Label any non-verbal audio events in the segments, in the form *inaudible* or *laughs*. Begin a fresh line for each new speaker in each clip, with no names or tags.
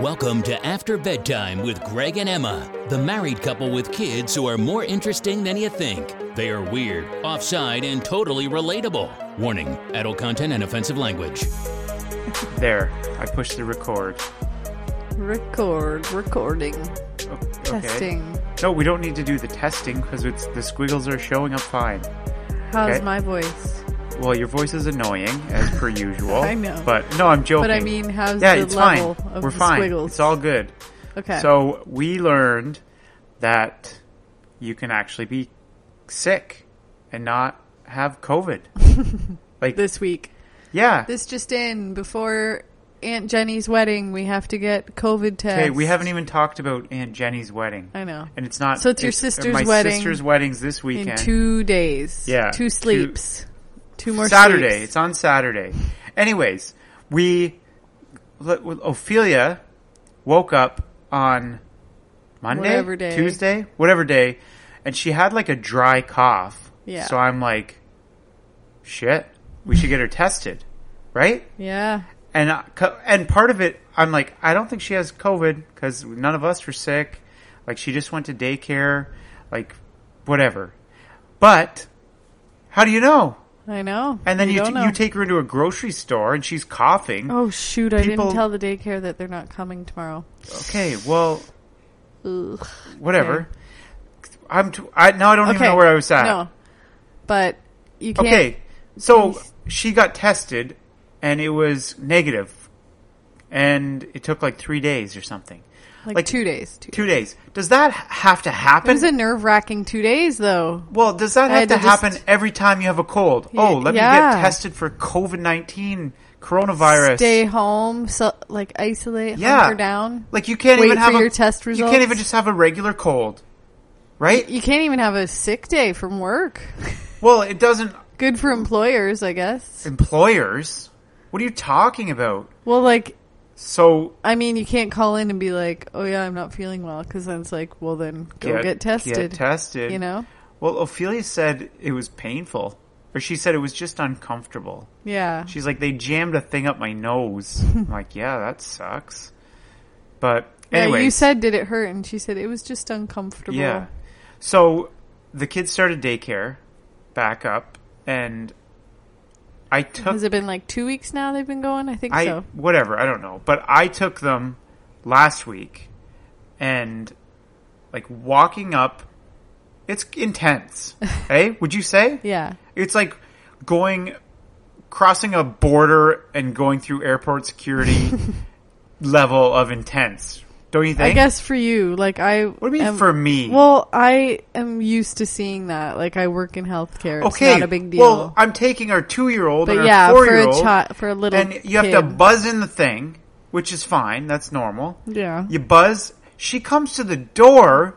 Welcome to After Bedtime with Greg and Emma, the married couple with kids who are more interesting than you think. They are weird, offside, and totally relatable. Warning adult content and offensive language.
There, I pushed the record.
Record, recording,
O- okay.
testing.
No, we don't need to do the testing because it's the squiggles are showing up fine.
How's
Okay.
my voice?
Well, your voice is annoying as
*laughs*
per usual.
I know.
but no, I'm joking.
But I mean, how's
yeah,
the
it's
level
fine.
of
We're
the
fine.
squiggles?
It's all good.
okay.
So we learned that you can actually be sick and not have
*laughs*
COVID. like
this week,
yeah.
this just in, before Aunt Jenny's wedding, we have to get COVID tests.
Hey, we haven't even talked about Aunt Jenny's wedding,
I know.
and it's not.
So it's your sister's
my
wedding
sister's wedding's this
in
weekend.
two days.
Yeah, two-
Two sleeps. Two, more
Saturday.
sleeps.
It's on Saturday. Anyways, we le- well, Ophelia woke up on Monday,
Whatever day.
Tuesday, whatever day, and she had like a dry cough.
Yeah.
So I'm like, shit, we should get her tested, right?
Yeah.
And I- co- and part of it, I'm like, I don't think she has COVID because none of us were sick. Like she just went to daycare, like whatever. But how do you know?
I know.
And then you
don't
t-
know.
you take her into a grocery store and she's coughing.
Oh shoot! I
people-
didn't tell the daycare that they're not coming tomorrow.
Okay, well,
Ugh.
whatever. I'm t- I now I don't even know where I was at.
No, but you can't.
Okay, so she got tested and it was negative, and it took like three days or something.
Like,
like,
two days. Two.
Two days. Does that h- have to
It
happen?
was a nerve wracking two days though.
well, does that have
I had
to,
to just-
happen every time you have a cold?
Y-
oh, let me
yeah.
get tested for COVID nineteen coronavirus.
Stay home, so like isolate,
yeah.
hunker down.
Like you can't
Wait
even have
for
a,
your test
You
results.
can't even just have a regular cold, right?
You can't even have a sick day from work. *laughs*
well, it doesn't.
Good for employers, I guess.
Employers, what are you talking about?
Well, like
So
I mean, you can't call in and be like, "Oh yeah, I'm not feeling well," because then it's like, "Well, then go get, tested."
Get tested.
You know?
Well, Ophelia said it was painful, or she said it was just uncomfortable.
Yeah.
She's like, they jammed a thing up my nose. I'm like, yeah, that sucks. But anyway,
*laughs* yeah, you said, "Did it hurt?" And she said, "It was just uncomfortable."
Yeah. So the kids started daycare back up, and I took
Has it been like two weeks now? They've been going. I think
I
so.
whatever, I don't know. But I took them last week and like walking up it's
*laughs*
intense. hey, would you say?
Yeah.
It's like going crossing a border and going through airport
*laughs*
security level of intense. Don't you think?
I guess for you, like I.
What do you mean
am-
for me?
Well, I am used to seeing that. Like I work in healthcare.
okay.
It's not a big deal.
Well, I'm taking our 2-year-old
but
and
yeah,
our
for a
4-year-old
child, for a little,
and you have to
kid.
buzz in the thing, which is fine. That's normal.
Yeah.
You buzz. She comes to the door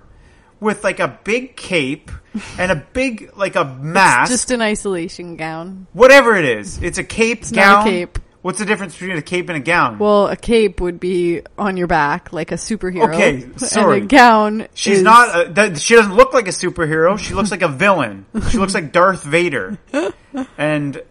with like a big
*laughs*
cape and a big like a mask,
Just an isolation gown.
whatever it is. It's a cape gown.
not a cape.
What's the difference between a cape and a gown?
Well, a cape would be on your back, like a superhero.
Okay, sorry.
*laughs* And a gown.
She's
is-
not. A, that, she doesn't look like a superhero. She looks like a villain. She looks
*laughs*
like Darth Vader. And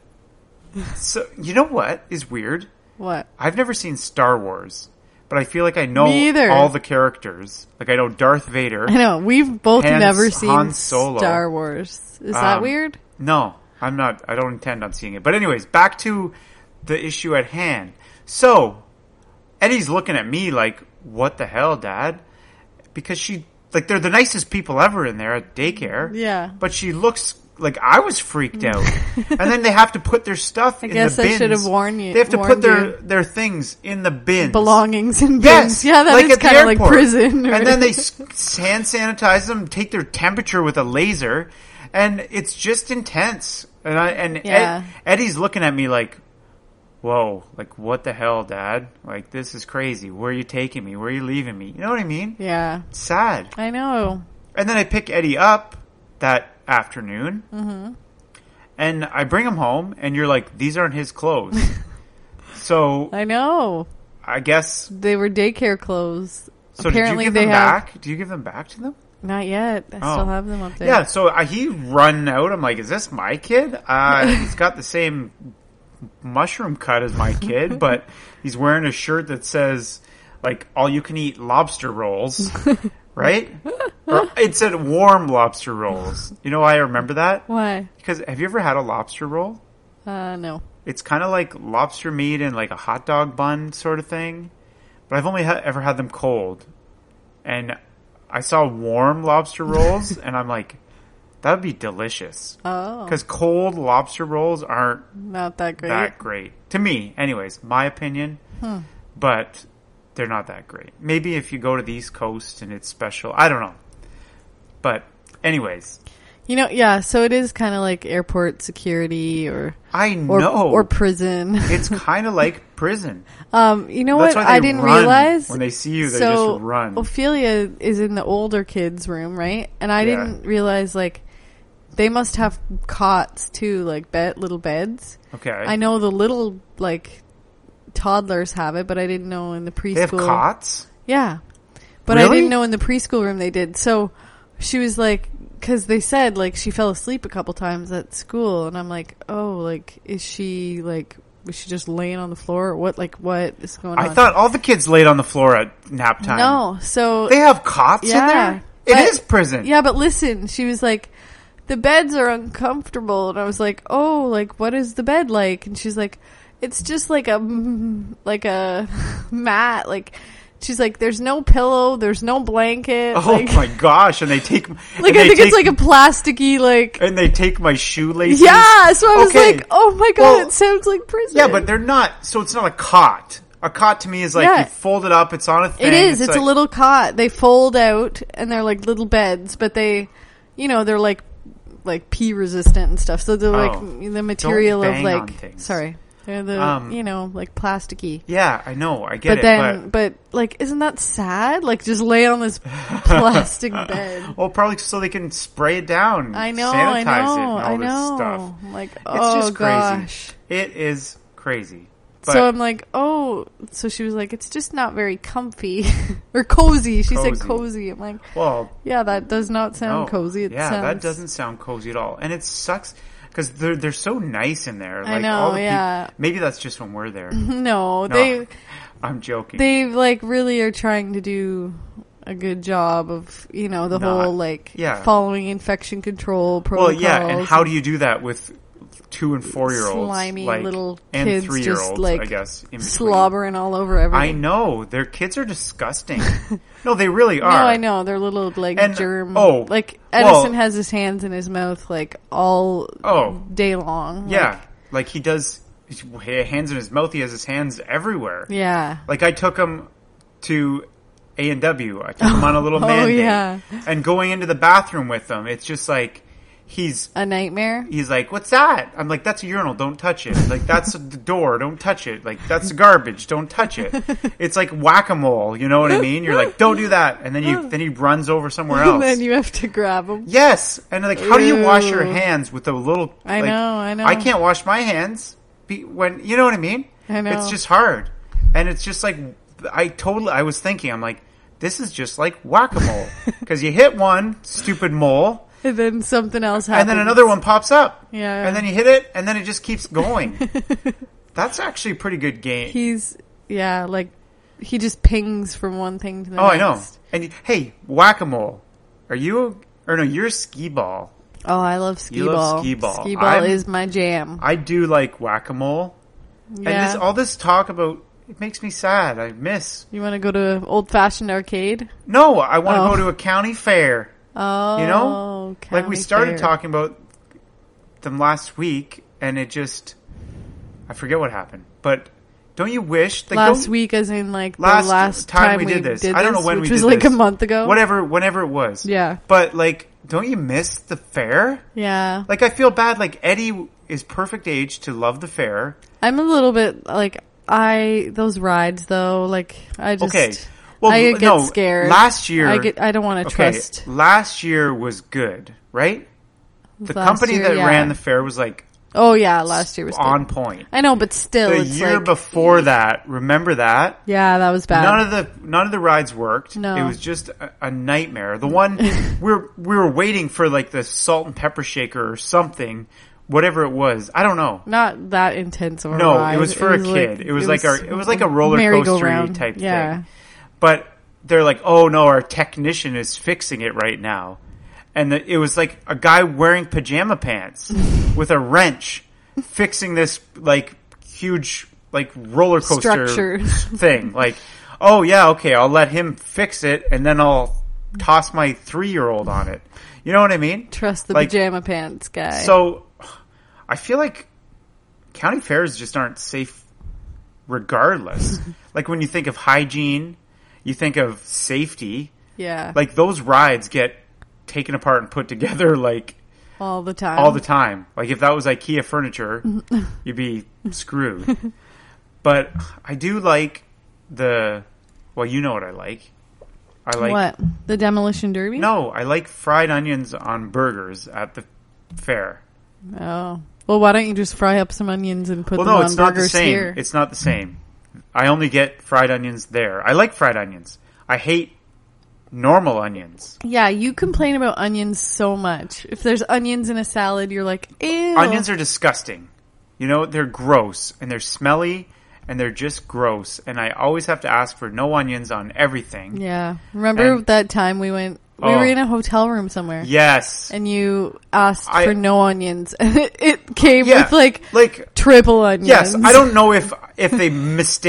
so you know what is weird?
What?
I've never seen Star Wars, but I feel like I know
Me either.
all the characters. Like I know Darth
*laughs*
Vader.
I know. We've both
Han-
never seen
Han Solo.
Star Wars. Is that
Um,
weird?
No, I'm not. I don't intend on seeing it. But anyways, back to the issue at hand. So Eddie's looking at me like, "What the hell, Dad?" Because she like they're the nicest people ever in there at daycare.
Yeah.
But she looks like I was freaked
*laughs*
out. and then they have to put their stuff in
guess
the
I
bins.
should have warned you-
They have to put
warned
their
you.
their things in the bins.
Belongings and
Yes,
bins. Yeah, that is
like at the
kind of like
airport.
prison.
And then they s- hand sanitize them, take their temperature with a laser, and it's just intense. And I and Ed-
Yeah.
Eddie's looking at me like, "Whoa, like what the hell, Dad? Like this is crazy. Where are you taking me? Where are you leaving me? You know what I mean?
*laughs* Yeah.
Sad."
I know.
And then I pick Eddie up that afternoon, mm-hmm. and I bring him home, and you're like, "These aren't his
*laughs*
clothes." so
I know.
I guess.
They were daycare clothes.
So
Apparently
did you give
they
them
have
back? Do you give them back to them?
not yet. I
Oh.
still have them up there.
Yeah, so I, he run out. I'm like, is this my kid?
*laughs*
Uh, he's got the
*laughs*
same mushroom cut as my kid, but he's wearing a shirt that says like all you can eat lobster
*laughs*
rolls, right? Or it said warm lobster rolls. You know why I remember that?
Why?
Because have you ever had a lobster roll?
Uh, no.
It's kind of like lobster meat and like a hot dog bun sort of thing, but I've only ha- ever had them cold. And I saw warm
*laughs*
lobster rolls, and I'm like, that would be delicious.
Oh,
Because cold lobster rolls aren't
not that great.
that great to me anyways my opinion
Hmm.
but they're not that great maybe if you go to the east coast and it's special i don't know but anyways
You know, yeah. So it is kind of like airport security or
i
or
know
or prison.
it's kind of like prison
*laughs* Um, you know
That's
what?
why they
I didn't
run.
realize
When they see you, they
so
just run.
Ophelia is in the older kids' room, right? And I
Yeah.
didn't realize like they must have cots too, like bed little beds.
okay
I know the little like toddlers have it, but I didn't know in the preschool.
they have cots
Yeah. But I
Really?
didn't know in the preschool room they did. So she was like, because they said like she fell asleep a couple times at school, and I'm like, oh, like is she like was she just laying on the floor? What like what is going on?
i thought all the kids laid on the floor at nap time
Uh-huh. no, so
they have cots in there It is
but-
prison
Yeah, but listen, she was like, the beds are uncomfortable, and I was like, oh, like what is the bed like? And she's like, it's just like a *laughs* mm, like a *laughs* mat. Like she's like, there's no pillow, there's no blanket.
oh
like,
my gosh and they
*laughs*
take like
like I think it's like a plasticky like.
and they take my shoelaces
Yeah, so I was
Okay.
like, oh my god,
Well,
it sounds like prison.
Yeah, but they're not. So it's not a cot. A cot to me is like
Yeah.
you fold it up. It's on a thing.
It is. It's
like-
a little cot. They fold out and they're like little beds, but they, you know, they're like like pee resistant and stuff. So they're like
Oh.
m- the material of
bang on
like
things.
sorry, they're the
Um,
you know like plasticky.
Yeah, I know. I get
But
it.
then, but like, isn't that sad? Like, just lay
*laughs*
on this plastic bed.
but *laughs* well, probably so they can spray it down.
I know, I
sanitize it, and
know,
all
I
this
know.
stuff.
I'm Like,
It's
oh
just crazy.
gosh.
It is crazy. But
so I'm like, oh. So she was like, it's just not very comfy *laughs* or cozy. She said
Cozy.
cozy. I'm like,
well,
Yeah, that does not sound
no.
cozy. It
Oh, yeah,
sounds,
that doesn't sound cozy at all, and it sucks because they're they're so nice in there. Like,
know,
All the peop-
yeah.
maybe that's just when we're
*laughs*
there.
*laughs* No,
No,
they
I'm joking.
they like really are trying to do a good job of you know the
Not-
whole like
yeah.
following infection control
well,
protocols.
yeah, and how do you do that with two and four year olds,
slimy
like,
little
and
kids
three year
just
olds?
like
I guess in between.
slobbering all over
I
everything?
know their kids are
*laughs*
disgusting. no, they really are.
No, I know they're little like
And-
germ.
oh,
like
well-
Edison has his hands in his mouth like all
Oh.
day long.
Yeah,
Like,
like, he does. He has hands in his mouth. He has his hands everywhere.
yeah.
Like I took him to A and W. I took him on a little
*laughs* Oh,
man date.
yeah.
and going into the bathroom with him, it's just like he's
A nightmare.
he's like, "What's that?" I'm like, "That's a urinal. Don't touch it. Like that's the door. Don't touch it. Like that's the garbage. Don't touch it." It's like whack a mole. You know what I mean? You're like, "Don't do that," and then
*laughs*
you then he runs over somewhere else.
and then you have to grab him.
Yes, and like, how do you wash your
Ew.
hands with a little?
I
like,
know, I know.
I can't wash my hands be, when you know what I mean.
I know.
It's just hard, and it's just like I totally. I was thinking, I'm like, this is just like whack a
*laughs*
mole because you hit one stupid mole,
And then something else happens.
and then another one pops up.
Yeah.
and then you hit it, and then it just keeps going.
*laughs*
That's actually a pretty good game.
He's yeah, like he just pings from one thing to the
oh, I
next.
know. And you- hey, whack a mole, are you? Or no, you're a skee ball.
Oh, I love skee
You love
ball.
skee ball.
Skee ball
I'm-
is my jam.
I do like whack a mole.
yeah.
And this, all this talk about it makes me sad. I miss.
you want to go to old fashioned arcade?
No, I want to
Oh.
go to a county fair.
Oh,
You know, like we
county
started
fair.
talking about them last week, and it just I forget what happened. But don't you wish like,
last
don't-
week, as in like the
Last,
last,
time, we did this. I don't know when
which
we
was
did
like
this.
a month ago.
Whatever, whenever it was.
Yeah.
But like, don't you miss the fair?
Yeah,
Like, I feel bad. Like Eddie is perfect age to love the fair.
I'm a little bit like I those rides though. Like I just
Okay. Well,
I
l-
get
no,
scared.
last year-
I get I don't want to trust.
last year was good, right? The
Last
company
year,
that
yeah.
ran the fair was like
Oh yeah, last year was good.
on point.
I know, but still,
The
it's
year
like,
before that, remember that?
Yeah, that was bad.
None of the none of the rides worked.
No.
It was just a, a nightmare. The
*laughs*
one we're we were waiting for like the salt and pepper shaker or something, whatever it was. I don't know.
Not that intense of a
No,
ride.
it was for a kid. it was like our it was like a roller coaster
merry-go-round.
type
yeah.
thing. but they're like, "Oh no, our technician is fixing it right now," and the, it was like a guy wearing pajama
*laughs*
pants with a wrench fixing this like huge like roller coaster
Structure.
*laughs* thing. Like, oh yeah, okay, I'll let him fix it, and then I'll toss my three year old on it. You know what I mean?
Trust the
Like,
pajama pants guy.
So, I feel like county fairs just aren't safe, regardless. like when you think of hygiene, you think of safety.
yeah,
Like those rides get taken apart and put together like
all the time.
all the time. Like if that was IKEA furniture, you'd be screwed. but I do like the. Well, you know what I like. I like
what the demolition derby?
no, I like fried onions on burgers at the fair.
Oh. Well, why don't you just fry up some onions and put
Well,
them
no,
on
it's not
burgers
the same.
here?
It's not the same. I only get fried onions there. I like fried onions. I hate normal onions.
yeah, you complain about onions so much. If there's onions in a salad, you're like, ew.
Onions are disgusting. You know, they're gross and they're smelly and they're just gross. And I always have to ask for no onions on everything.
Yeah. Remember
And-
that time we went? We
Oh.
were in a hotel room somewhere.
Yes.
And you asked
I-
for no onions, *laughs* and it, it came
yeah.
with like
like
triple onions.
yes, I don't know if if they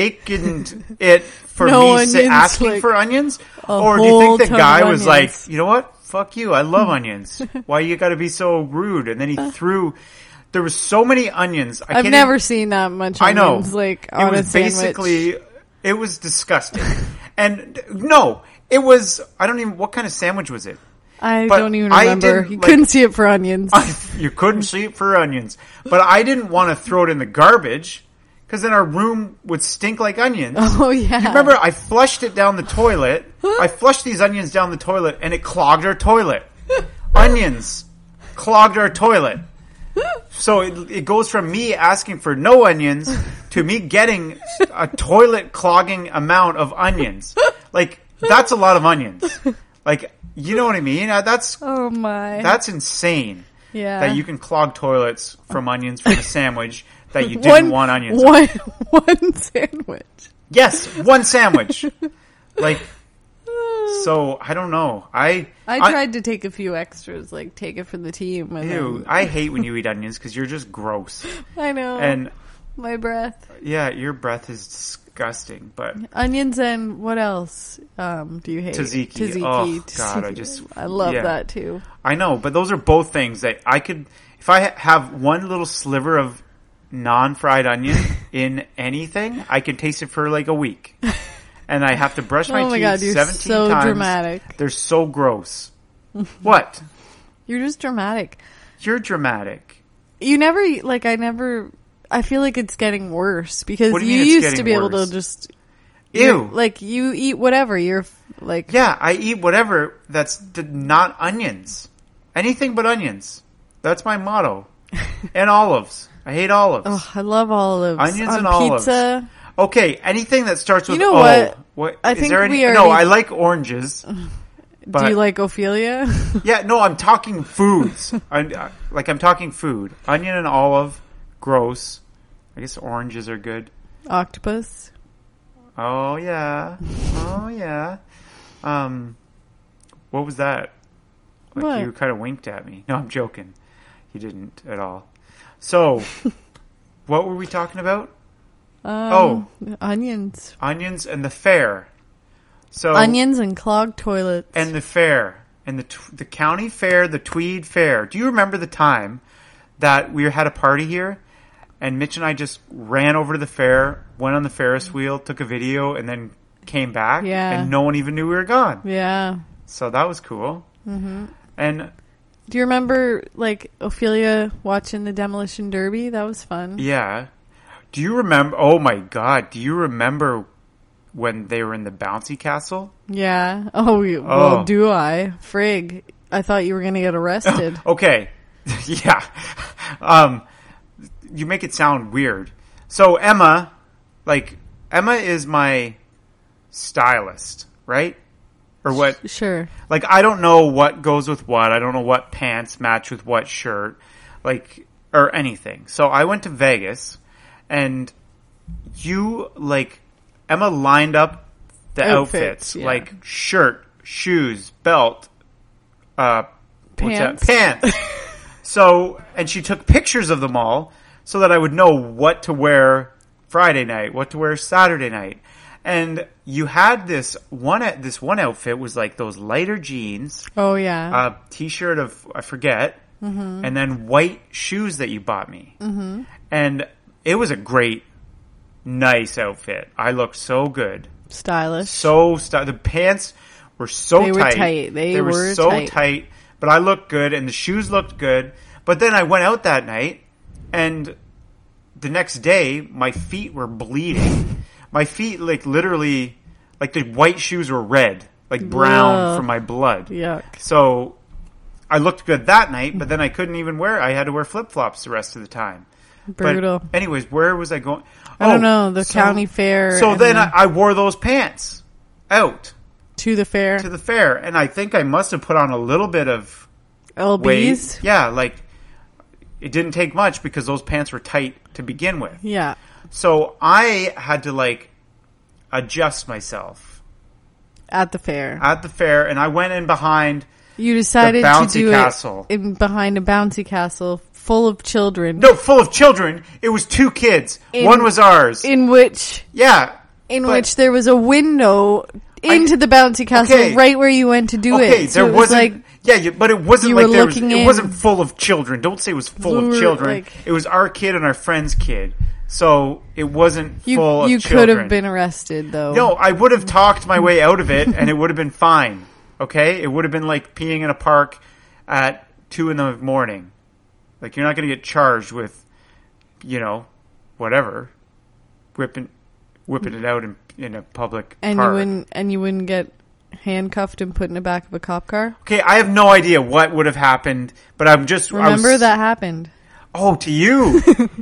mistaken it for
*laughs* No
me si-
onions,
asking
like,
for onions,
a
or do you
whole
think the
ton
guy
of
was like,
onions.
you know what, fuck you, I
*laughs*
love onions. Why you got to be so rude? And then he threw. There was so many onions. I
Uh. I've
can't
never
even-
seen that much.
I know.
Onions, like on
it
a
was
sandwich.
basically. It was
*laughs*
disgusting, and no, it was. I don't even. What kind of sandwich was it? *laughs*
I
but
don't even
I
remember.
didn't,
You
like-
couldn't see it for onions.
you couldn't see it for onions. But I didn't want to throw it in the garbage because then our room would stink like onions.
*laughs* oh yeah.
Remember, I flushed it down the toilet. I flushed these onions down the toilet and it clogged our toilet. Onions clogged our toilet. So it, it goes from me asking for no onions to me getting a toilet clogging amount of onions. Like, that's a lot of onions. Like, you know what I mean? Uh, That's
Oh my.
that's insane.
Yeah.
That you can clog toilets from onions from a sandwich that you didn't
one,
want onions. on.
One, *laughs* one sandwich.
Yes, one
*laughs*
sandwich. like so, I don't know. I
I tried to take a few extras, like take it for the team. And
Ew, I hate when you eat onions because you're just gross.
then- I know.
And
my breath.
yeah, your breath is disgusting. But
Onions and what else um, do you hate?
Tzatziki.
Tzatziki.
Oh, God, I
Tzatziki.
just-
I love
yeah.
that too.
I know, but those are both things that I could. If I ha- have one little sliver of non-fried
*laughs*
onion in anything, I can taste it for like a week, and I have to brush my
Oh my
teeth
God, you're
seventeen
so
times.
dramatic.
They're so
*laughs*
gross. what?
You're just dramatic.
You're dramatic.
You never like. I never. I feel like it's getting worse because
What do you
you
mean it's
used to
getting
be able
worse?
to just
Ew.
like you eat whatever. You're like
yeah, I eat whatever that's d- not onions. Anything but onions. That's my motto.
*laughs*
and olives. I hate olives.
Ugh, I love olives.
Onions
on
and olives.
pizza.
Okay, anything that starts with
You know
O.
what? I
is
think
there any,
we
No, I
already-
like
*laughs*
oranges. But
Do you like Ophelia? *laughs*
Yeah, no, I'm talking foods. I, I- like I'm talking food. Onion and olive, gross. I guess oranges are good.
Octopus.
Oh yeah. Oh yeah. Um what was that? Like
What?
you kind of winked at me. No, I'm joking. You didn't at all.
*laughs*
So, what were we talking about? Oh,
Um, onions.
Onions and the fair. So
Onions and clogged toilets.
Oh. and the fair and the t- the county fair, the Tweed Fair. Do you remember the time that we had a party here, and Mitch and I just ran over to the fair, went on the Ferris wheel, took a video, and then came back,
Yeah.
and no one even knew we were gone.
yeah.
So that was cool. Mm-hmm. And
Do you remember like Ophelia watching the demolition derby? That was fun.
yeah, do you remember? Oh my God, do you remember when they were in the bouncy castle?
Yeah. Oh, you-
Oh.
well, do I? Frig. I thought you were going to
*laughs*
get arrested.
Okay. yeah. Um, you make it sound weird. So Emma, like Emma is my stylist, right? Or what?
sure.
Like I don't know what goes with what. I don't know what pants match with what shirt, like or anything. So I went to Vegas, and you like Emma lined up the outfits,
Outfits, yeah.
like shirt, shoes, belt, uh,
Pants.
What's that? Pants. so, and she took pictures of them all so that I would know what to wear Friday night, what to wear Saturday night. And you had this one, this one outfit was like those lighter jeans,
Oh yeah.
a t-shirt of, I forget, and then white shoes that you bought me. Mm-hmm. And it was a great, nice outfit. I looked so good
Stylish.
so stu- the pants were so
They were
tight.
tight. They
were,
were
so tight.
tight.
But I looked good, and the shoes looked good. But then I went out that night, and the next day my feet were bleeding. my feet, like literally, like the white shoes were red, like brown
Ugh.
from my blood.
Yuck.
So I looked good that night, but then I couldn't even wear. I had to wear flip flops the rest of the time. But
Brutal.
anyways, where was I going?
I don't know, the county fair
So
and
then
the-
I, I wore those pants out
To the fair.
to the fair, and I think I must have put on a little bit of weight.
LBs.
Yeah, like it didn't take much because those pants were tight to begin with.
Yeah.
So I had to like adjust myself
At the fair.
at the fair, and I went in behind.
You decided to
bouncy
do
castle.
it in behind a bouncy castle full of children.
No, full of children. It was two kids.
In-
One was ours.
In which
yeah.
in
But-
which there was a window into the bouncy castle
Okay.
right where you went to do
Okay,
it. So
there
it was
wasn't.
like
yeah, you, but it wasn't
you
like
were
there was,
looking
it
in.
wasn't full of children. Don't say it was full
We
of
were,
children.
like-
it was our kid and our friend's kid, so it wasn't full
you
of
you could
children.
have been arrested though.
No, I would have talked my way out of it, and it would have been fine. Okay, it would have been like peeing in a park at two in the morning. Like you're not going to get charged with, you know, whatever, whipping, whipping it out in, in a public
and
park.
you wouldn't and you wouldn't get handcuffed and put in the back of a cop car.
Okay, I have no idea what would have happened, but I'm just I was-
Remember that happened.
Oh, to
*laughs*
you?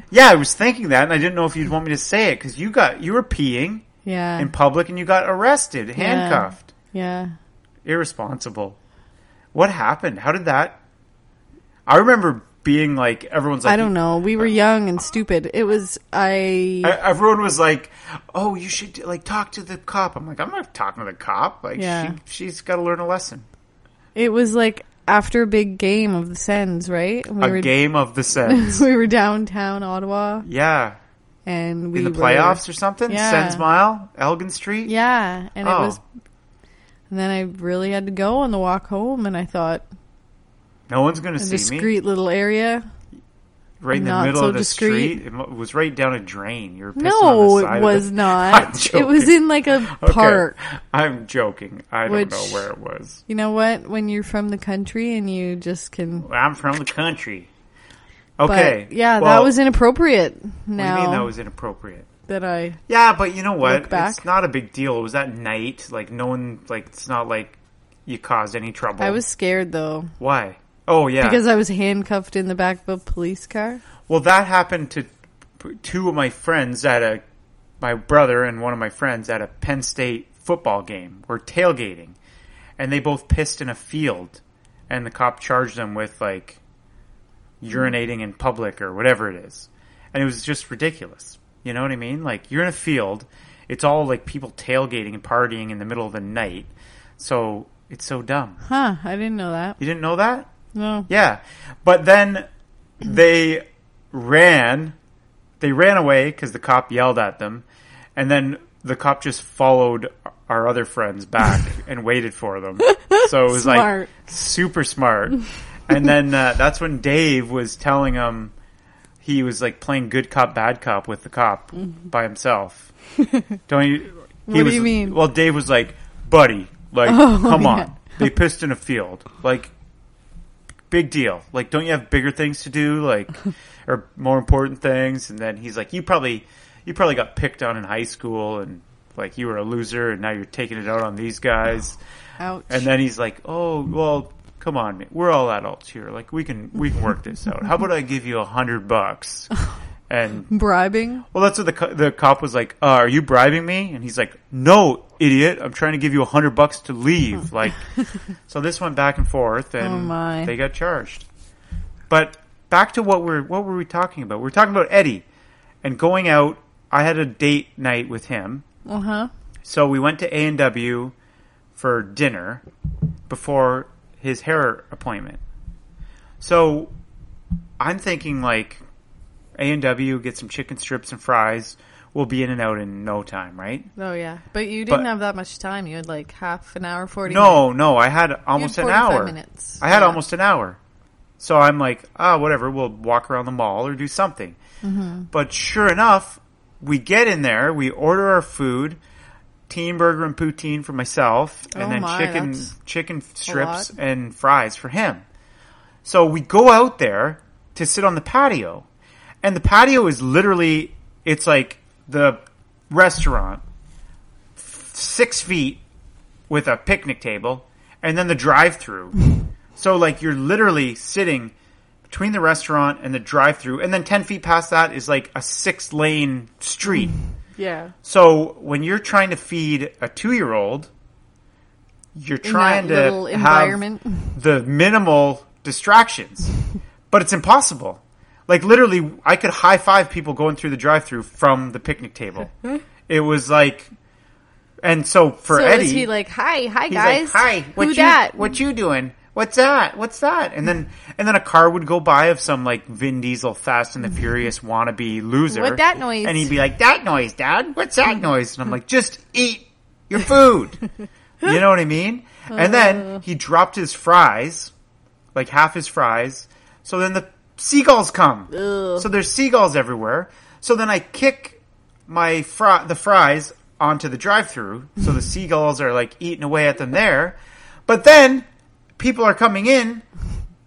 yeah, I was thinking that, and I didn't know if you'd want me to say it because you got you were peeing
Yeah.
in public and you got arrested, handcuffed,
yeah.
irresponsible. What happened? How did that? I remember being like everyone's like
I don't know. We were young and stupid. It was I
E- Everyone was like, "Oh, you should like talk to the cop." I'm like, "I'm not talking to the cop. Like,
Yeah.
she she's got to learn a lesson."
It was like after a big game of the Sens, right? We
a
were
game of the sense.
*laughs* we were downtown Ottawa
yeah,
and we
in the
were-
playoffs or something.
Yeah.
Sens Mile, Elgin Street.
Yeah, and
Oh.
it was. And then I really had to go on the walk home, and I thought
No one's going to
a
see me.
discreet little area.
right in the
Not
middle
so
of the
discreet.
street. It mo- was right down a drain. You were pissing on
No,
the side
it
of
was
the- *laughs* I'm
not. It was
joking.
in like a
Okay.
park.
I'm joking. I
Which-
don't know where it was.
You know what? When you're from the country and you just can.
I'm from the country.
But
Okay.
yeah,
well,
that was inappropriate.
What do you
Now
mean that was inappropriate?
that I
Yeah, but you know what?
Look back.
It's not a big deal. It was at night. Like no one. Like it's not like you caused any trouble.
I was scared though
why? Oh yeah.
because I was handcuffed in the back of a police car.
Well, that happened to two of my friends at a my brother and one of my friends at a Penn State football game. We're tailgating, and they both pissed in a field, and the cop charged them with like urinating in public or whatever it is, and it was just ridiculous. You know what I mean? Like you're in a field, it's all like people tailgating and partying in the middle of the night, so it's so dumb.
Huh? I didn't know that.
You didn't know that?
No.
Yeah. But then they ran. They ran away because the cop yelled at them. And then the cop just followed our other friends
*laughs*
back and waited for them. So it was
Smart.
like super smart. And then uh, that's when Dave was telling him he was like playing good cop, bad cop with the cop by
*laughs*
himself. Don't you? He
Mm-hmm. What do
was,
you mean?
Well, Dave was like, buddy, like,
Oh,
come
yeah.
on. They pissed in a field. Like, big deal. Like, don't you have bigger things to do? Like, or more important things? And then he's like, you probably, you probably got picked on in high school and like you were a loser and now you're taking it out on these guys.
Ouch.
And then he's like, oh, well, come on, man. we're all adults here. Like, we can, we can work this out. How about I give you a hundred bucks? And
bribing.
well, that's what the co- the cop was like. Uh, are you bribing me? And he's like, No, idiot! I'm trying to give you a hundred bucks to leave.
*laughs*
Like, so this went back and forth, and
Oh, my.
they got charged. But back to what we're what were we talking about? We're talking about Eddie and going out. I had a date night with him,
Uh huh.
So we went to A and W for dinner before his hair appointment. So I'm thinking like A and W get some chicken strips and fries. We'll be in and out in no time, right?
Oh yeah, but you didn't
But-
have that much time. You had like half an hour, forty. minutes.
No, no, I had almost an
45
hour.
minutes.
I had
Yeah.
almost an hour. So I'm like, ah, whatever, we'll walk around the mall or do something.
Mm-hmm.
But sure enough, we get in there, we order our food, teen burger and poutine for myself, and
Oh
then
my,
chicken
that's
chicken strips
lot.
and fries for him. So we go out there to sit on the patio. And the patio is literally it's like the restaurant six feet with a picnic table and then the drive through. so like you're literally sitting between the restaurant and the drive through and then 10 feet past that is like a six lane street.
Yeah.
so when you're trying to feed a 2-year-old you're
In
trying
that
to
little
have
environment.
the minimal distractions. but it's impossible. Like literally I could high five people going through the drive through from the picnic table. it was like and so for
So
Eddie
is he like, hi, hi
He's
guys,
like, "Hi, what
who
you
dat?"
what you doing? What's that? What's that?" And then and then a car would go by of some like Vin Diesel Fast and the Furious wannabe loser.
What that noise?
And he'd be like, "That noise, Dad. What's that noise?" And I'm like, "Just eat your food."
*laughs*
you know what I mean? And
Uh.
then he dropped his fries, like half his fries. So then the seagulls come. So there's seagulls everywhere. So then I kick my fry, the fries onto the drive-through, so the seagulls are like eating away at them there. But then people are coming in,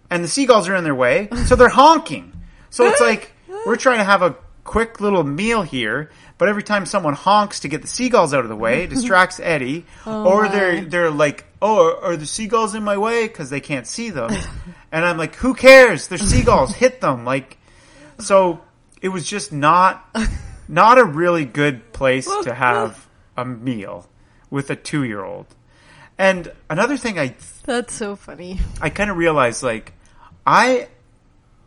and the seagulls are in their way, so they're honking. So it's like we're trying to have a quick little meal here, but every time someone honks to get the seagulls out of the way, it distracts Eddie, or they're they're like, "Oh, are, are the seagulls in my way?" because they can't see them. And I'm like, "Who cares? They're seagulls. Hit them!" Like, so it was just not not a really good place to have a meal with a two year old. And another thing I
That's so funny.
I kind of realized like I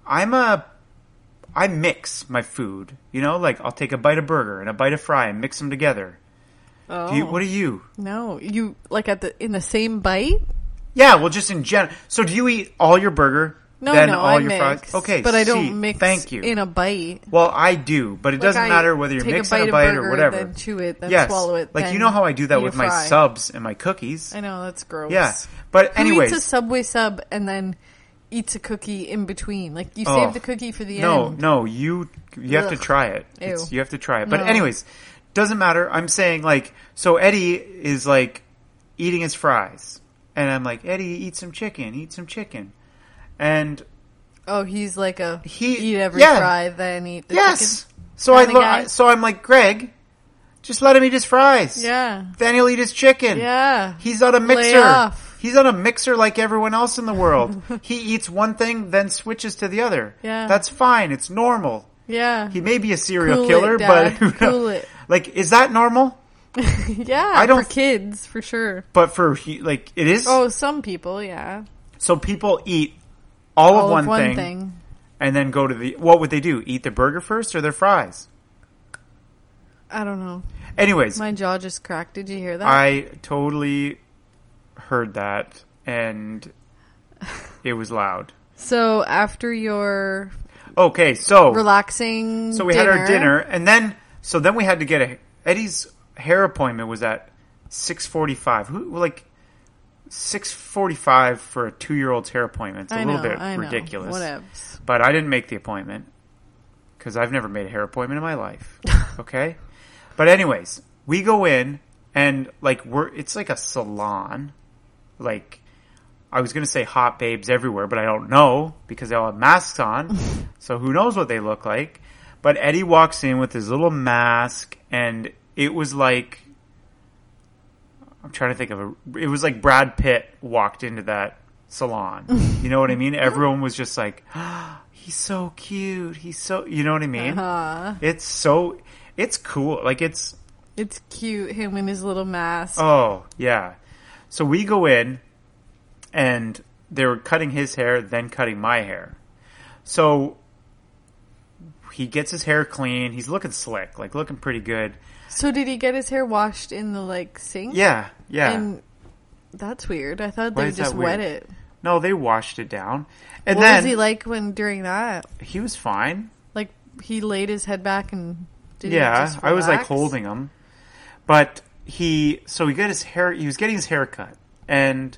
I'm a I mix my food. You know, like I'll take a bite of burger and a bite of fry and mix them together.
Oh
Do you, what are you?
no, you like at the in the same bite?
Yeah, well, just in general. So, do you eat all your burger?
No,
then
no,
all
I
your
mix.
fries. Okay,
but I don't
see,
mix.
Thank you.
in a bite.
well, I do, but it
Like,
doesn't
I
matter whether you're
take
mixing
a bite,
a bite
of burger,
or whatever.
Then chew it, then
yes,
swallow it.
like
then
you know how I do that
eat
with
a
my
fry.
subs and my cookies.
I know that's gross.
Yeah, but anyways,
who eats a Subway sub and then eats a cookie in between? Like you
Oh.
save the cookie for the
no,
end.
no, you you have to
Ugh.
try it. It's,
Ew.
you have to try it. But
No.
anyways, doesn't matter. I'm saying like so Eddie is like eating his fries, and I'm like Eddie, eat some chicken, eat some chicken, and
Oh, he's like a
He-
eat every
yeah.
fry then eat the
yes,
chicken.
so I
Kinda
look,
guy.
so I'm like Greg, just let him eat his fries.
Yeah.
then he'll eat his chicken.
Yeah.
He's on a
Lay
mixer.
off.
He's on a mixer like everyone else in the
*laughs*
world. he eats one thing, then switches to the other.
Yeah.
That's fine. It's normal.
Yeah.
He may be a serial
Cool it,
killer, *laughs*
Dad.
but
Cool it.
like, is that normal?
*laughs* yeah.
I don't-
for kids for sure.
But for he- like, it is.
Oh, some people, yeah.
So people eat all,
All
of one, thing, and then go to the. What would they do? Eat the burger first or their fries?
I don't know.
Anyways,
My jaw just cracked. Did you hear that?
I totally heard that,
*laughs*
and it was loud.
so after your
Okay, so
relaxing,
so we had our dinner, and then so then we had to get a Eddie's hair appointment was at six forty five. Who like six forty five for a two year old's hair appointment? It's a
I
little
know,
bit
I know.
ridiculous.
Whatevs.
But I didn't make the appointment because I've never made a hair appointment in my life. Okay, but anyways, we go in and like we're it's like a salon, like. I was gonna say hot babes everywhere, but I don't know because they all have masks on, so who knows what they look like. But Eddie walks in with his little mask, and it was like I'm trying to think of a. It was like Brad Pitt walked into that salon. You know what I mean? Everyone was just like, "He's so cute. He's so." You know what I mean?
Uh,
It's so. It's cool. Like it's
it's cute, him in his little mask.
Oh, yeah. So we go in and they were cutting his hair, then cutting my hair. So he gets his hair clean. He's looking slick, like looking pretty good.
So did he get his hair washed in the like sink?
Yeah, yeah.
And that's weird. I thought
Why
they
is
just
that
wet
weird?
it.
no, they washed it down, and
what
then
was he like when during that?
he was fine.
Like he laid his head back and did he
yeah,
just
I was like
relax?
holding him, but he so he got his hair. He was getting his hair cut, and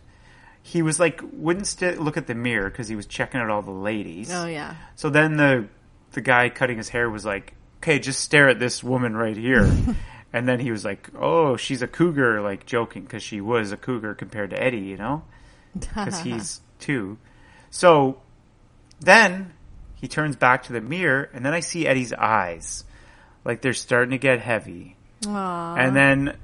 he was like wouldn't st- look at the mirror because he was checking out all the ladies. *laughs*
Oh yeah.
So then the the guy cutting his hair was like, "Okay, just stare at this woman right
*laughs*
here." and then he was like, "Oh, she's a cougar," like joking because she was a cougar compared to Eddie, you know,
*laughs*
because he's two. So then he turns back to the mirror, and then I see Eddie's eyes, like they're starting to get heavy.
Aw.
And then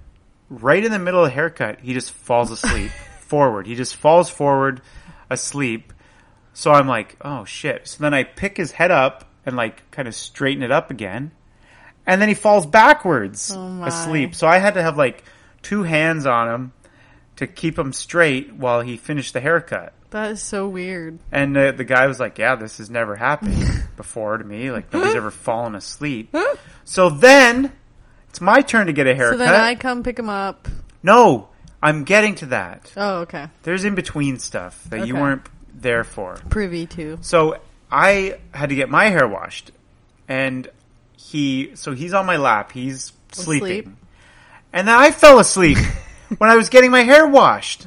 right in the middle of the haircut, he just falls
*laughs*
asleep forward. He just falls forward asleep. So I'm like, oh shit. So then I pick his head up and like kind of straighten it up again. And then he falls backwards
Oh my.
asleep. So I had to have like two hands on him to keep him straight while he finished the haircut.
That is so weird.
And uh, the guy was like, "Yeah, this has never
*laughs*
happened before to me. Like nobody's ever fallen asleep." So then it's my turn to get a haircut.
So then I come pick him up.
No, I'm getting to that.
Oh, okay.
There's in between stuff that you
Okay.
weren't there for.
Privy to.
So I had to get my hair washed, and he, so he's on my lap. He's sleeping, and then I fell
*laughs*
asleep when I was getting my hair washed.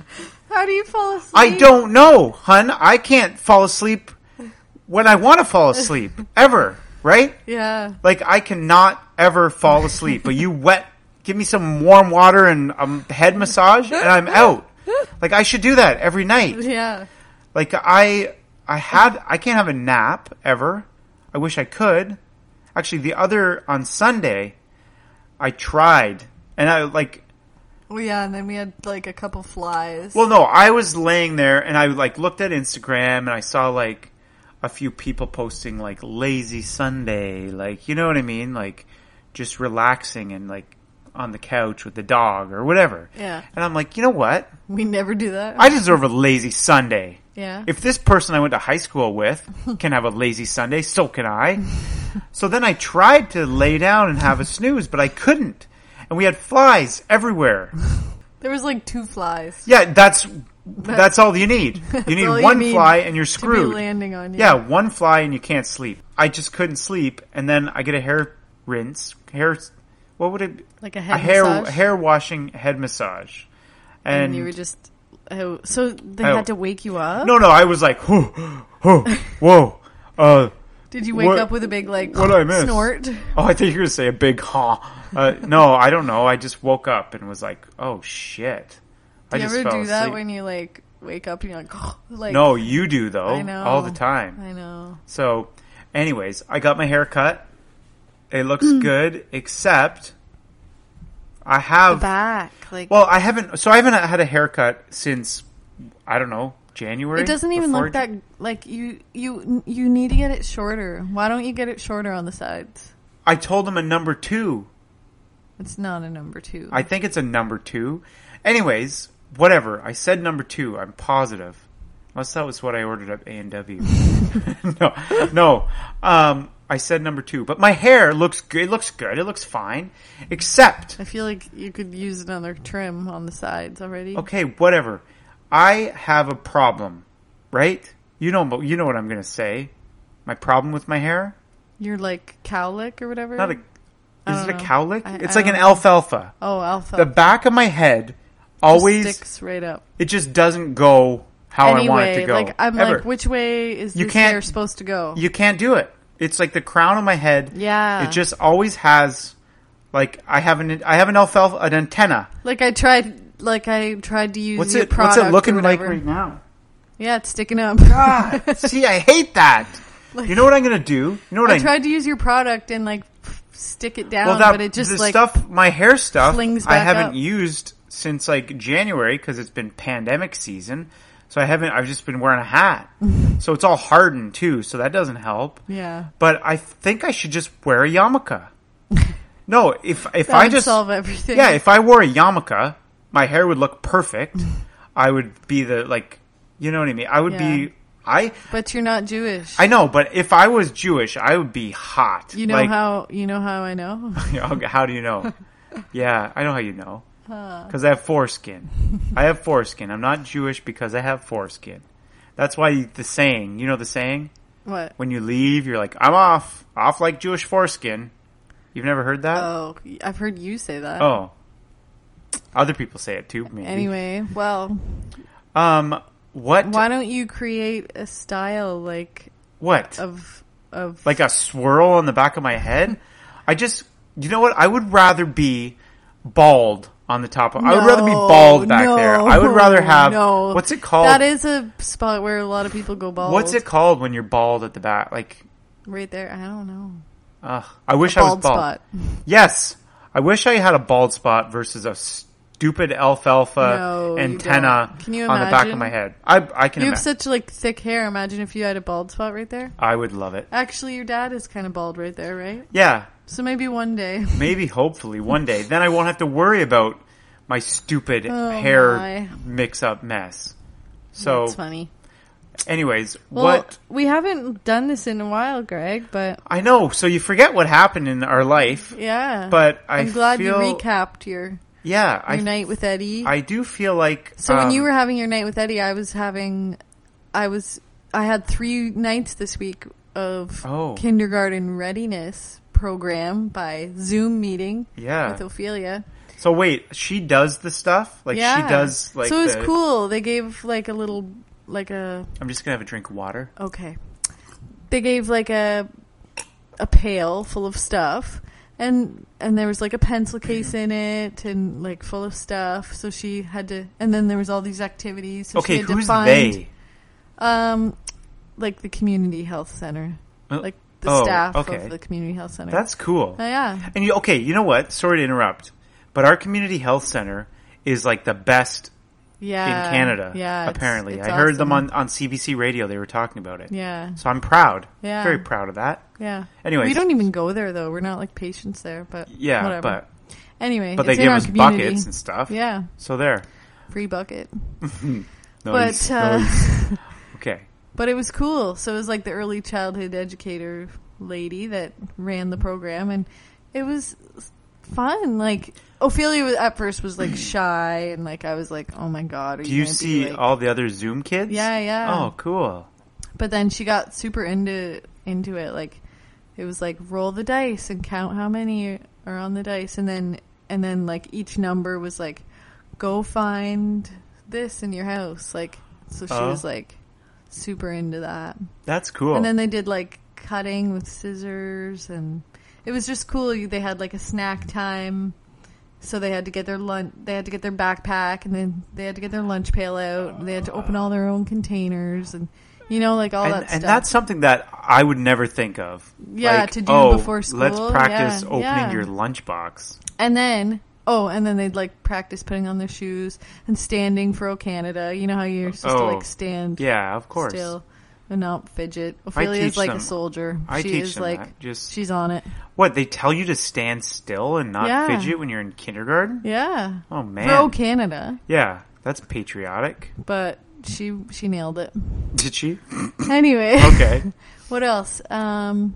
How do you fall asleep?
I don't know, hun. I can't fall asleep when I want to fall asleep ever. Right?
Yeah.
Like I cannot ever fall asleep. But you wet, give me some warm water and a um, head massage, and I'm out. Like I should do that every night.
Yeah.
Like I, I had, I can't have a nap ever. I wish I could. Actually, the other on Sunday, I tried, and I like
Well, yeah, and then we had like a couple flies.
Well, no, I was laying there and I like looked at Instagram and I saw like a few people posting like lazy Sunday, like you know what I mean, like just relaxing and like on the couch with the dog or whatever.
Yeah.
And I'm like, you know what?
we never do that.
I deserve a lazy Sunday.
yeah.
If this person I went to high school with can have a lazy Sunday, so can I. so then I tried to lay down and have a snooze, but I couldn't. And we had flies everywhere.
there was like two flies.
Yeah, that's that's all you
*laughs*
need. You need
all you
one
need
fly and you're
To be
screwed.
landing on you.
yeah, one fly and you can't sleep. I just couldn't sleep, and then I get a hair rinse, hair. What would it? be?
Like a
a
head
hair
massage?
hair washing head massage. And,
And you were just oh, so they
Oh.
had to wake you up.
no, no, I was like, whoa, whoa, whoa. Uh,
Did you wake
What-
up with a big like
what did I miss?
snort?
oh, I thought you were gonna say a big huh. Uh, no, I don't know. I just woke up and was like, oh shit. I
Do you
just
ever
fell
do that
asleep.
when you like wake up and you're like, *gasps* like
no, you do though,
I know.
all the time.
I know.
So, anyways, I got my hair cut. It looks
Mm.
good, except I have.
Back like
Well, I haven't. So I haven't had a haircut since I don't know January.
it doesn't even
before
look that like you you you need to get it shorter. Why don't you get it shorter on the sides?
I told him a number two.
It's not a number two.
I think it's a number two. Anyways, whatever. I said number two. I'm positive. Unless that was what I ordered at A and W. *laughs* No, no. Um, I said number two. But my hair looks good. It looks good. It looks fine. Except
I feel like you could use another trim on the sides already.
okay, whatever. I have a problem, right? You know, you know what I'm gonna say. My problem with my hair,
You're like cowlick or whatever.
not a, is it a
know.
cowlick?
I-
it's
I
like an
don't know.
alfalfa.
oh alpha.
The back of my head always,
sticks right up.
it just doesn't go how
anyway,
Oh, I want it to go.
like I'm
ever.
like, which way is
You
this
can't-
hair supposed to go?
you can't do it. It's like the crown of my head.
Yeah.
it just always has. Like I have an I have an alfalfa an antenna.
like I tried, like I tried to use
What's
your
it What's
product
it
or
looking like
whatever.
right
*laughs*
now?
Yeah, it's sticking up.
God, see, I hate that. you know what I'm gonna do? You know what I,
*laughs* I tried to use your product and like stick it down,
well that
Um, but it just
the
like
stuff my hair stuff
flings
I
back
haven't
up.
used since like January because it's been pandemic season. So I haven't. I've just been wearing a
*laughs*
hat, so it's all hardened too. So that doesn't help.
yeah.
But I think I should just wear a
*laughs*
yarmulke. no, if if
That
I
would
just
solve everything.
yeah, if I wore a yarmulke, my hair would look
*laughs*
perfect. I would be the like, you know what I mean. I would
Yeah.
be. I
but you're not Jewish.
I know, but if I was Jewish, I would be hot.
you know
Like, *laughs*
how you know how I know. *laughs*
how? do you know? Yeah, I know how you know. Because I have
*laughs*
foreskin. I have foreskin. I'm not Jewish because I have foreskin. That's why the saying, you know the saying?
What?
When you leave, you're like, I'm off. Off like Jewish foreskin. You've never heard that?
Oh, I've heard you say that.
oh. Other people say it too, maybe.
Anyway, well,
Um, what?
why don't you create a style like
What?
of of
like a swirl on the back of my head. I just, you know what? I would rather be bald on the top. Of, I would rather be
No,
bald back there.
no,
I would rather have
no.
what's it called?
That is a spot where a lot of people go bald.
what's it called when you're bald at the back? Like,
right there? I don't know.
ugh, I wish I was
Bald
bald.
spot. *laughs*
Yes, I wish I had a bald spot versus a stupid alfalfa
No, you
antenna
don't. Can you
on the back of
imagine?
my head. I I can
You have
imagine.
such like thick hair. Imagine if you had a bald spot right there.
I would love it.
Actually, your dad is kind of bald right there, right?
Yeah,
So maybe one day. *laughs*
Maybe, hopefully, one day. Then I won't have to worry about my stupid
Oh,
hair
my.
mix-up mess. So,
That's funny.
anyways,
Well,
Oh, what
we haven't done this in a while, Greg, but
I know. So you forget what happened in our life,
yeah.
but I
am glad
feel,
you recapped your,
Yeah,
your
I
night with Eddie.
I do feel like
so when
um,
you were having your night with Eddie, I was having, I was, I had three nights this week of
Oh.
kindergarten readiness program by Zoom meeting
Yeah.
with Ophelia.
so wait, she does the stuff like she does like
so it was
the-
cool. They gave like a little, like a
I'm just gonna have a drink of water.
Okay. They gave like a a pail full of stuff and and there was like a pencil case in it and like full of stuff. So she had to and then there was all these activities. So she
Okay,
had to
who's
find,
they?
Um like the community health center.
Uh,
Like the
oh,
staff
okay.
of the community health center.
That's cool.
Oh, yeah.
And you, okay, you know what? Sorry to interrupt, but our community health center is like the best
Yeah.
in Canada.
Yeah. it's-
apparently,
it's
I heard them
awesome.
on on CBC radio. They were talking about it.
Yeah.
So I'm proud.
Yeah.
Very proud of that.
Yeah.
Anyways.
we don't even go there though. We're not like patients there, but
Yeah,
whatever.
but
anyway,
but
it's
they
in
gave
our
us
community.
buckets and stuff.
Yeah,
So there.
free bucket.
Nice,
but uh,
nice. *laughs*
*laughs*
okay.
but it was cool. So it was like the early childhood educator lady that ran the program, and it was fun. Like Ophelia was, at first was like shy, and like I was like, oh my god, are
Do you
gonna be,
see
like-"
all the other Zoom kids?
Yeah, yeah.
Oh, cool.
But then she got super into into it. Like it was like roll the dice and count how many are on the dice, and then and then like each number was like go find this in your house. Like so she
Oh.
was like super into that.
That's cool.
And then they did like cutting with scissors, and it was just cool. You- They had like a snack time, so they had to get their lunch. They had to get their backpack, and then they had to get their lunch pail out. and They had to open all their own containers, and you know, like all
and,
that
and
stuff.
that's something that I would never think of.
Yeah,
Like,
to do
oh,
before
Let's
school.
practice
Yeah,
opening
yeah.
your lunchbox.
and then. Oh, and then they'd like practice putting on their shoes and standing for O Canada. You know how you're supposed to
Oh,
like stand
Yeah, of course.
still and not fidget. Ophelia's
teach
like
them-
a soldier.
I
she
teach
is
them
like
that. Just-
she's on it.
What they tell you to stand still and not
Yeah.
fidget when you're in kindergarten?
Yeah.
Oh man.
Pro Canada.
Yeah, that's patriotic.
but she she nailed it.
Did she?
Anyway,
Okay.
*laughs* what else? Um,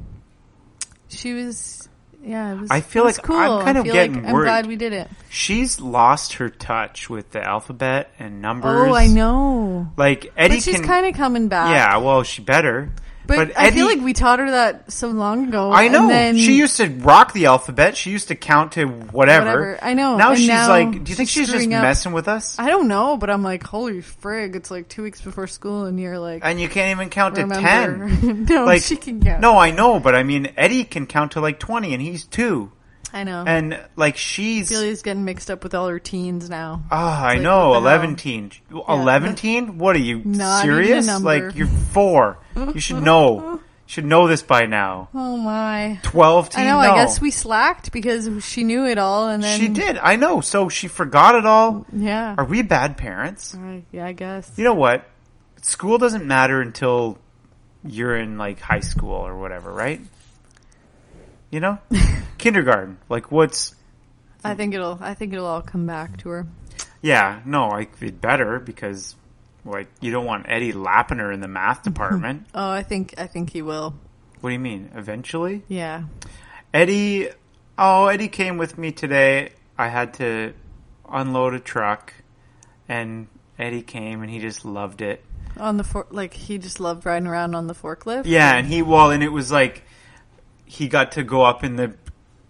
she was yeah. It was,
I feel
it was
like
cool.
I'm kind
I
of
feel
getting
like I'm
worried.
glad we did it.
She's lost her touch with the alphabet and numbers.
Oh, I know.
Like Eddie
But she's
can.
kind of coming back.
yeah, well, she better.
but, I
Eddie,
feel like we taught her that so long ago.
I
and
know
then-
she used to rock the alphabet. She used to count to whatever.
Whatever, I know,
Now
and
she's
now
like, do you think
she's
she's just
screwing up.
messing with us?
I don't know, but I'm like, holy frig! It's like two weeks before school, and you're like,
and you can't even count to
*laughs* remember?
ten.
no,
Like
she can count.
No, I know, but I mean, Eddie can count to like twenty, and he's two.
I know.
And like she's
Amelia's getting mixed up with all her teens now.
Ah, I
like,
know.
what the
Eleven teen. Eleven teen? What are you
Not even a
serious?
number.
Like you're four. You should know. should know this by now.
oh my!
Twelve teen.
I know.
No.
I guess we slacked because she knew it all, and then
She did. I know. So she forgot it all.
Yeah.
Are we bad parents?
Right, yeah, I guess.
You know what? School doesn't matter until you're in like high school or whatever, right? You
*laughs*
know, kindergarten. Like what's?
I think it'll. I think it'll all come back to her.
Yeah. No, I it better because like you don't want Eddie lapping her in the math department.
Oh, I think. I think he will.
What do you mean? Eventually?
Yeah.
Eddie. Oh, Eddie came with me today. I had to unload a truck, and Eddie came and he just loved it.
on the for- like he just loved riding around on the forklift.
Yeah, and he well, and it was like he got to go up in the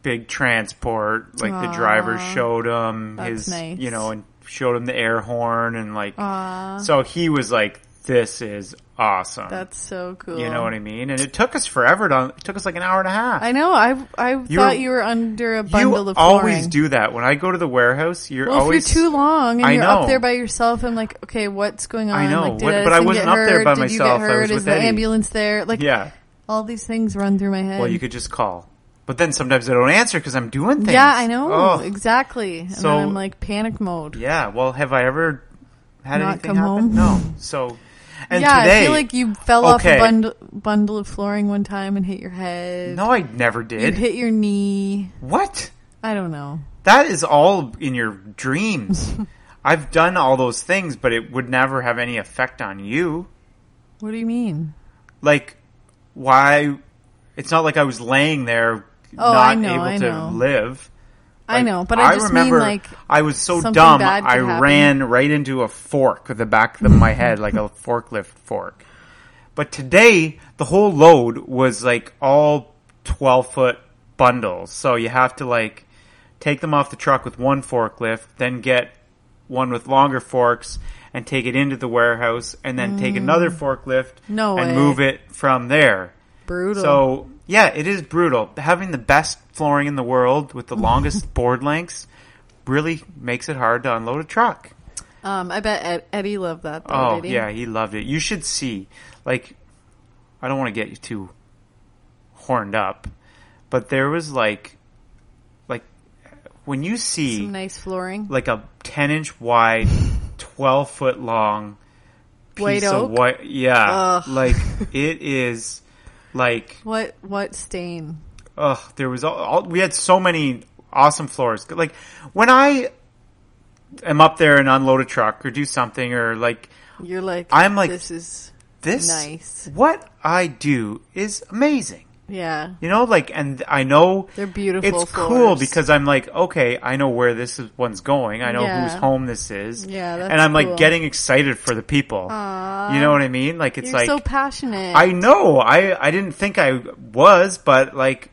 big transport. Like the driver
Aw.
showed him
That's
his,
nice.
you know, and showed him the air horn, and like
Aw.
so he was like, "This is awesome."
that's so cool.
you know what I mean? And it took us forever to. It took us like an hour and a half.
I know. I I
You
thought
were-
you were under a
you
bundle of
always
flooring.
do that when I go to the warehouse. You're
Well,
always
if you're too long and
I
you're
know.
up there by yourself, I'm like, okay, what's going on?
I know,
Like, did
what-
Edison
but I wasn't
get
up there
hurt?
by
Did you
myself.
get
I
hurt?
was
Is
with
the
Eddie.
ambulance there? Like,
yeah.
all these things run through my head.
Well, you could just call, but then sometimes I don't answer because I'm doing things.
yeah, I know
Oh.
exactly. And
So-
then I'm like panic mode.
Yeah. Well, have I ever had
Not
anything
come
happen?
home?
No. So, and
yeah,
today,
I feel like you fell off
Okay.
a bundle, bundle of flooring one time and hit your head.
no, I never
you
did.
hit your knee.
what?
I don't know.
That is all in your
*laughs*
dreams. I've done all those things, but it would never have any effect on you.
What do you mean?
Like, why? It's not like I was laying there,
Oh,
not
I know,
able
I
to
know.
live.
I
Like,
know, but I, just
remember
mean like
I was so
something
dumb.
bad could
I
happen.
ran right into a fork with the back of
*laughs*
my head, like a forklift fork. But today, the whole load was like all twelve foot bundles, so you have to like take them off the truck with one forklift, then get one with longer forks and take it into the warehouse, and then take another forklift
Mm. No
and
way.
move it from there.
brutal.
So yeah, it is brutal. Having the best flooring in the world with the
*laughs*
longest board lengths really makes it hard to unload a truck.
um, I bet Ed- Eddie loved that. Though,
Oh
did he?
yeah, he loved it. You should see. Like, I don't want to get you too horned up, but there was like, like when you see
some nice flooring.
like a ten inch wide, twelve foot long piece
White
of
oak?
white, yeah,
Ugh.
like
*laughs*
it is like
What what stain?
Ugh, there was all, all we had so many awesome floors. Like when I am up there and unload a truck or do something or like
You're like
I'm like-
this is
this,
Nice.
what I do is amazing.
yeah.
You know, like, and I know
They're beautiful
It's cool
floors.
because I'm like, okay, I know where this is, one's going. I know
Yeah.
whose home this is.
Yeah, that's
and I'm
cool.
like getting excited for the people. You know what I mean? Like, it's
You're
like
so passionate.
I know. I I didn't think I was, but like,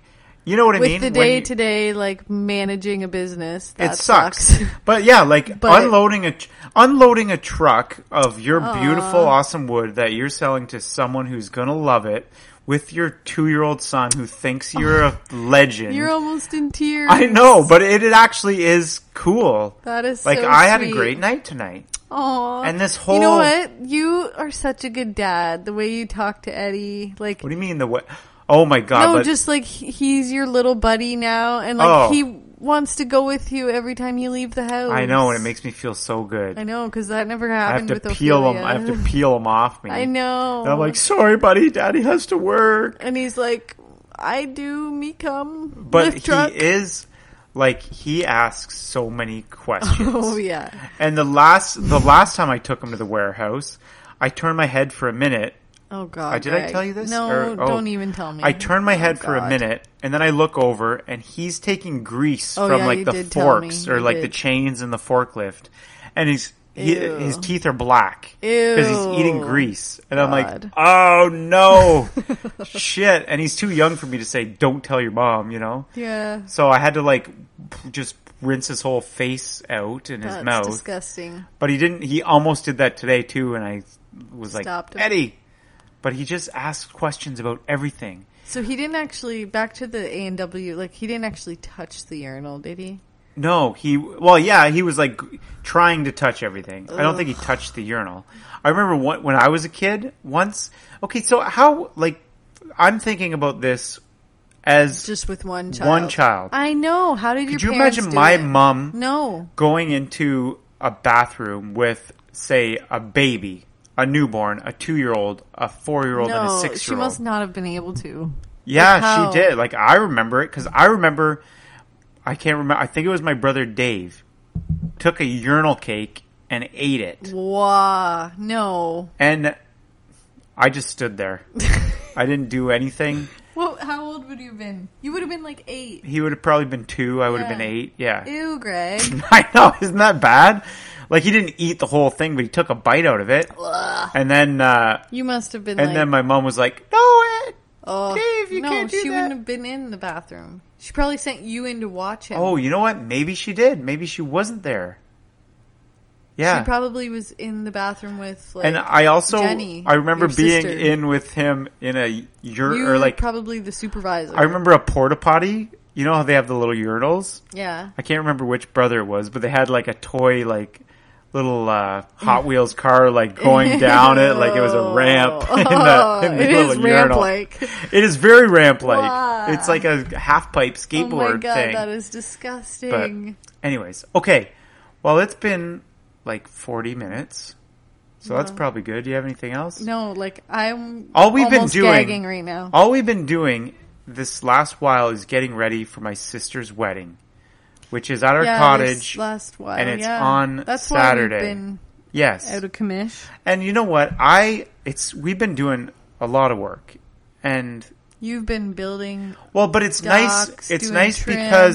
you know what I
with
mean?
the
When
day
you-
to day like managing a business. That
it sucks.
*laughs*
But yeah, like
But-
unloading a tr- unloading a truck of your beautiful, awesome wood that you're selling to someone who's gonna love it with your two year old son who thinks you're
*laughs*
a legend.
You're almost in tears.
I know, but it, it actually is cool.
That is
like
so
I had a
sweet.
great night tonight.
Aw.
and this
You know
whole-
what? You are such a good dad. The way you talk to Eddie, like
What do you mean the what? Oh my god!
no,
but-
just like he- he's your little buddy now, and like
Oh.
he wants to go with you every time you leave the house.
I know, and it makes me feel so good.
I know because that never
I
happened
have to
with
peel
Ophelia.
them. I
*laughs*
have to peel them off me.
I know.
And I'm like, sorry, buddy. Daddy has to work.
and he's like, I do me come,
but
lift
he
truck.
is like he asks so many questions.
*laughs* oh yeah,
And the last the last time I took him to the warehouse, I turned my head for a minute.
oh god.
Uh, did I
Greg.
tell you this?
No,
Or- oh.
don't even tell me.
I turned my
Oh,
head for a
God.
minute, and then I look over, and he's taking grease
Oh,
from
yeah,
like
you
the
did tell me.
forks
You
or like the
did.
chains in the forklift, and he's. He,
Ew.
his teeth are black because he's eating
Ew.
grease, and I'm like,
God.
"Oh
*laughs*
no, shit!" And he's too young for me to say, "Don't tell your mom," you know.
Yeah,
So I had to like just rinse his whole face out and his
that's
mouth.
disgusting.
But he didn't. He almost did that today too, and I was like,
Stopped him.
Eddie. But he just asked questions about everything.
So he didn't actually back to the A and W. Like he didn't actually touch the urinal, did he?
No, he. Well, yeah, he was like trying to touch everything. I don't think he touched the urinal. I remember one, when I was a kid once. Okay, so how like I'm thinking about this as
Just with one child.
One child.
I know. How did
Could
your
you
parents
imagine
do
my
it?
mom
No.
going into a bathroom with, say, a baby, a newborn, a two year old, a four year old, and a
No,
six
she
year
must
old.
not have been able to.
Yeah,
how?
she did. Like, I remember it because I remember, I can't remember, I think it was my brother Dave took a urinal cake and ate it.
Wow. No. *laughs*
And I just stood there. I didn't do anything.
Well, how old would you have been? You would have been like eight.
He would have probably been two. I would have
Yeah.
been eight. Yeah. *laughs*
Ew, Greg.
I know. Isn't that bad? Like he didn't eat the whole thing, but he took a bite out of it. And then, uh,
You must have been
and
like,
then my mom was like, "No, Ed,
oh,
Dave, you
no,
can't do
she
that."
wouldn't have been in the bathroom. She probably sent you in to watch him.
Oh, you know what? Maybe she did. Maybe she wasn't there. Yeah.
She probably was in the bathroom with like
and I also
Jenny,
I remember
your
being
sister.
in with him in a ur
you
or
were
like
probably the supervisor.
I remember a porta potty. You know how they have the little urinals?
yeah.
I can't remember which brother it was, but they had like a toy like little uh, Hot Wheels car like
*laughs*
going down it like it was a ramp *laughs* in the, in the
Oh. it
little
is
urinal.
ramp-like. Oh
It is very ramp like.
Wow.
It's like a half pipe skateboard
Oh my god,
thing.
that is disgusting.
But anyways, okay. Well, it's been like 40 minutes. So that's probably good. Do you have anything else?
no, like I'm
All we've been
almost
doing-
gagging right now.
All we've been doing this last while is getting ready for my sister's wedding, which is at our
Yeah,
cottage.
this last while,
and it's
yeah.
on
That's
Saturday.
Why we've been
yes.
out of commish.
and you know what? I it's we've been doing a lot of work. And
You've been building
well, but it's nice
Docs,
it's
doing
nice
trim.
because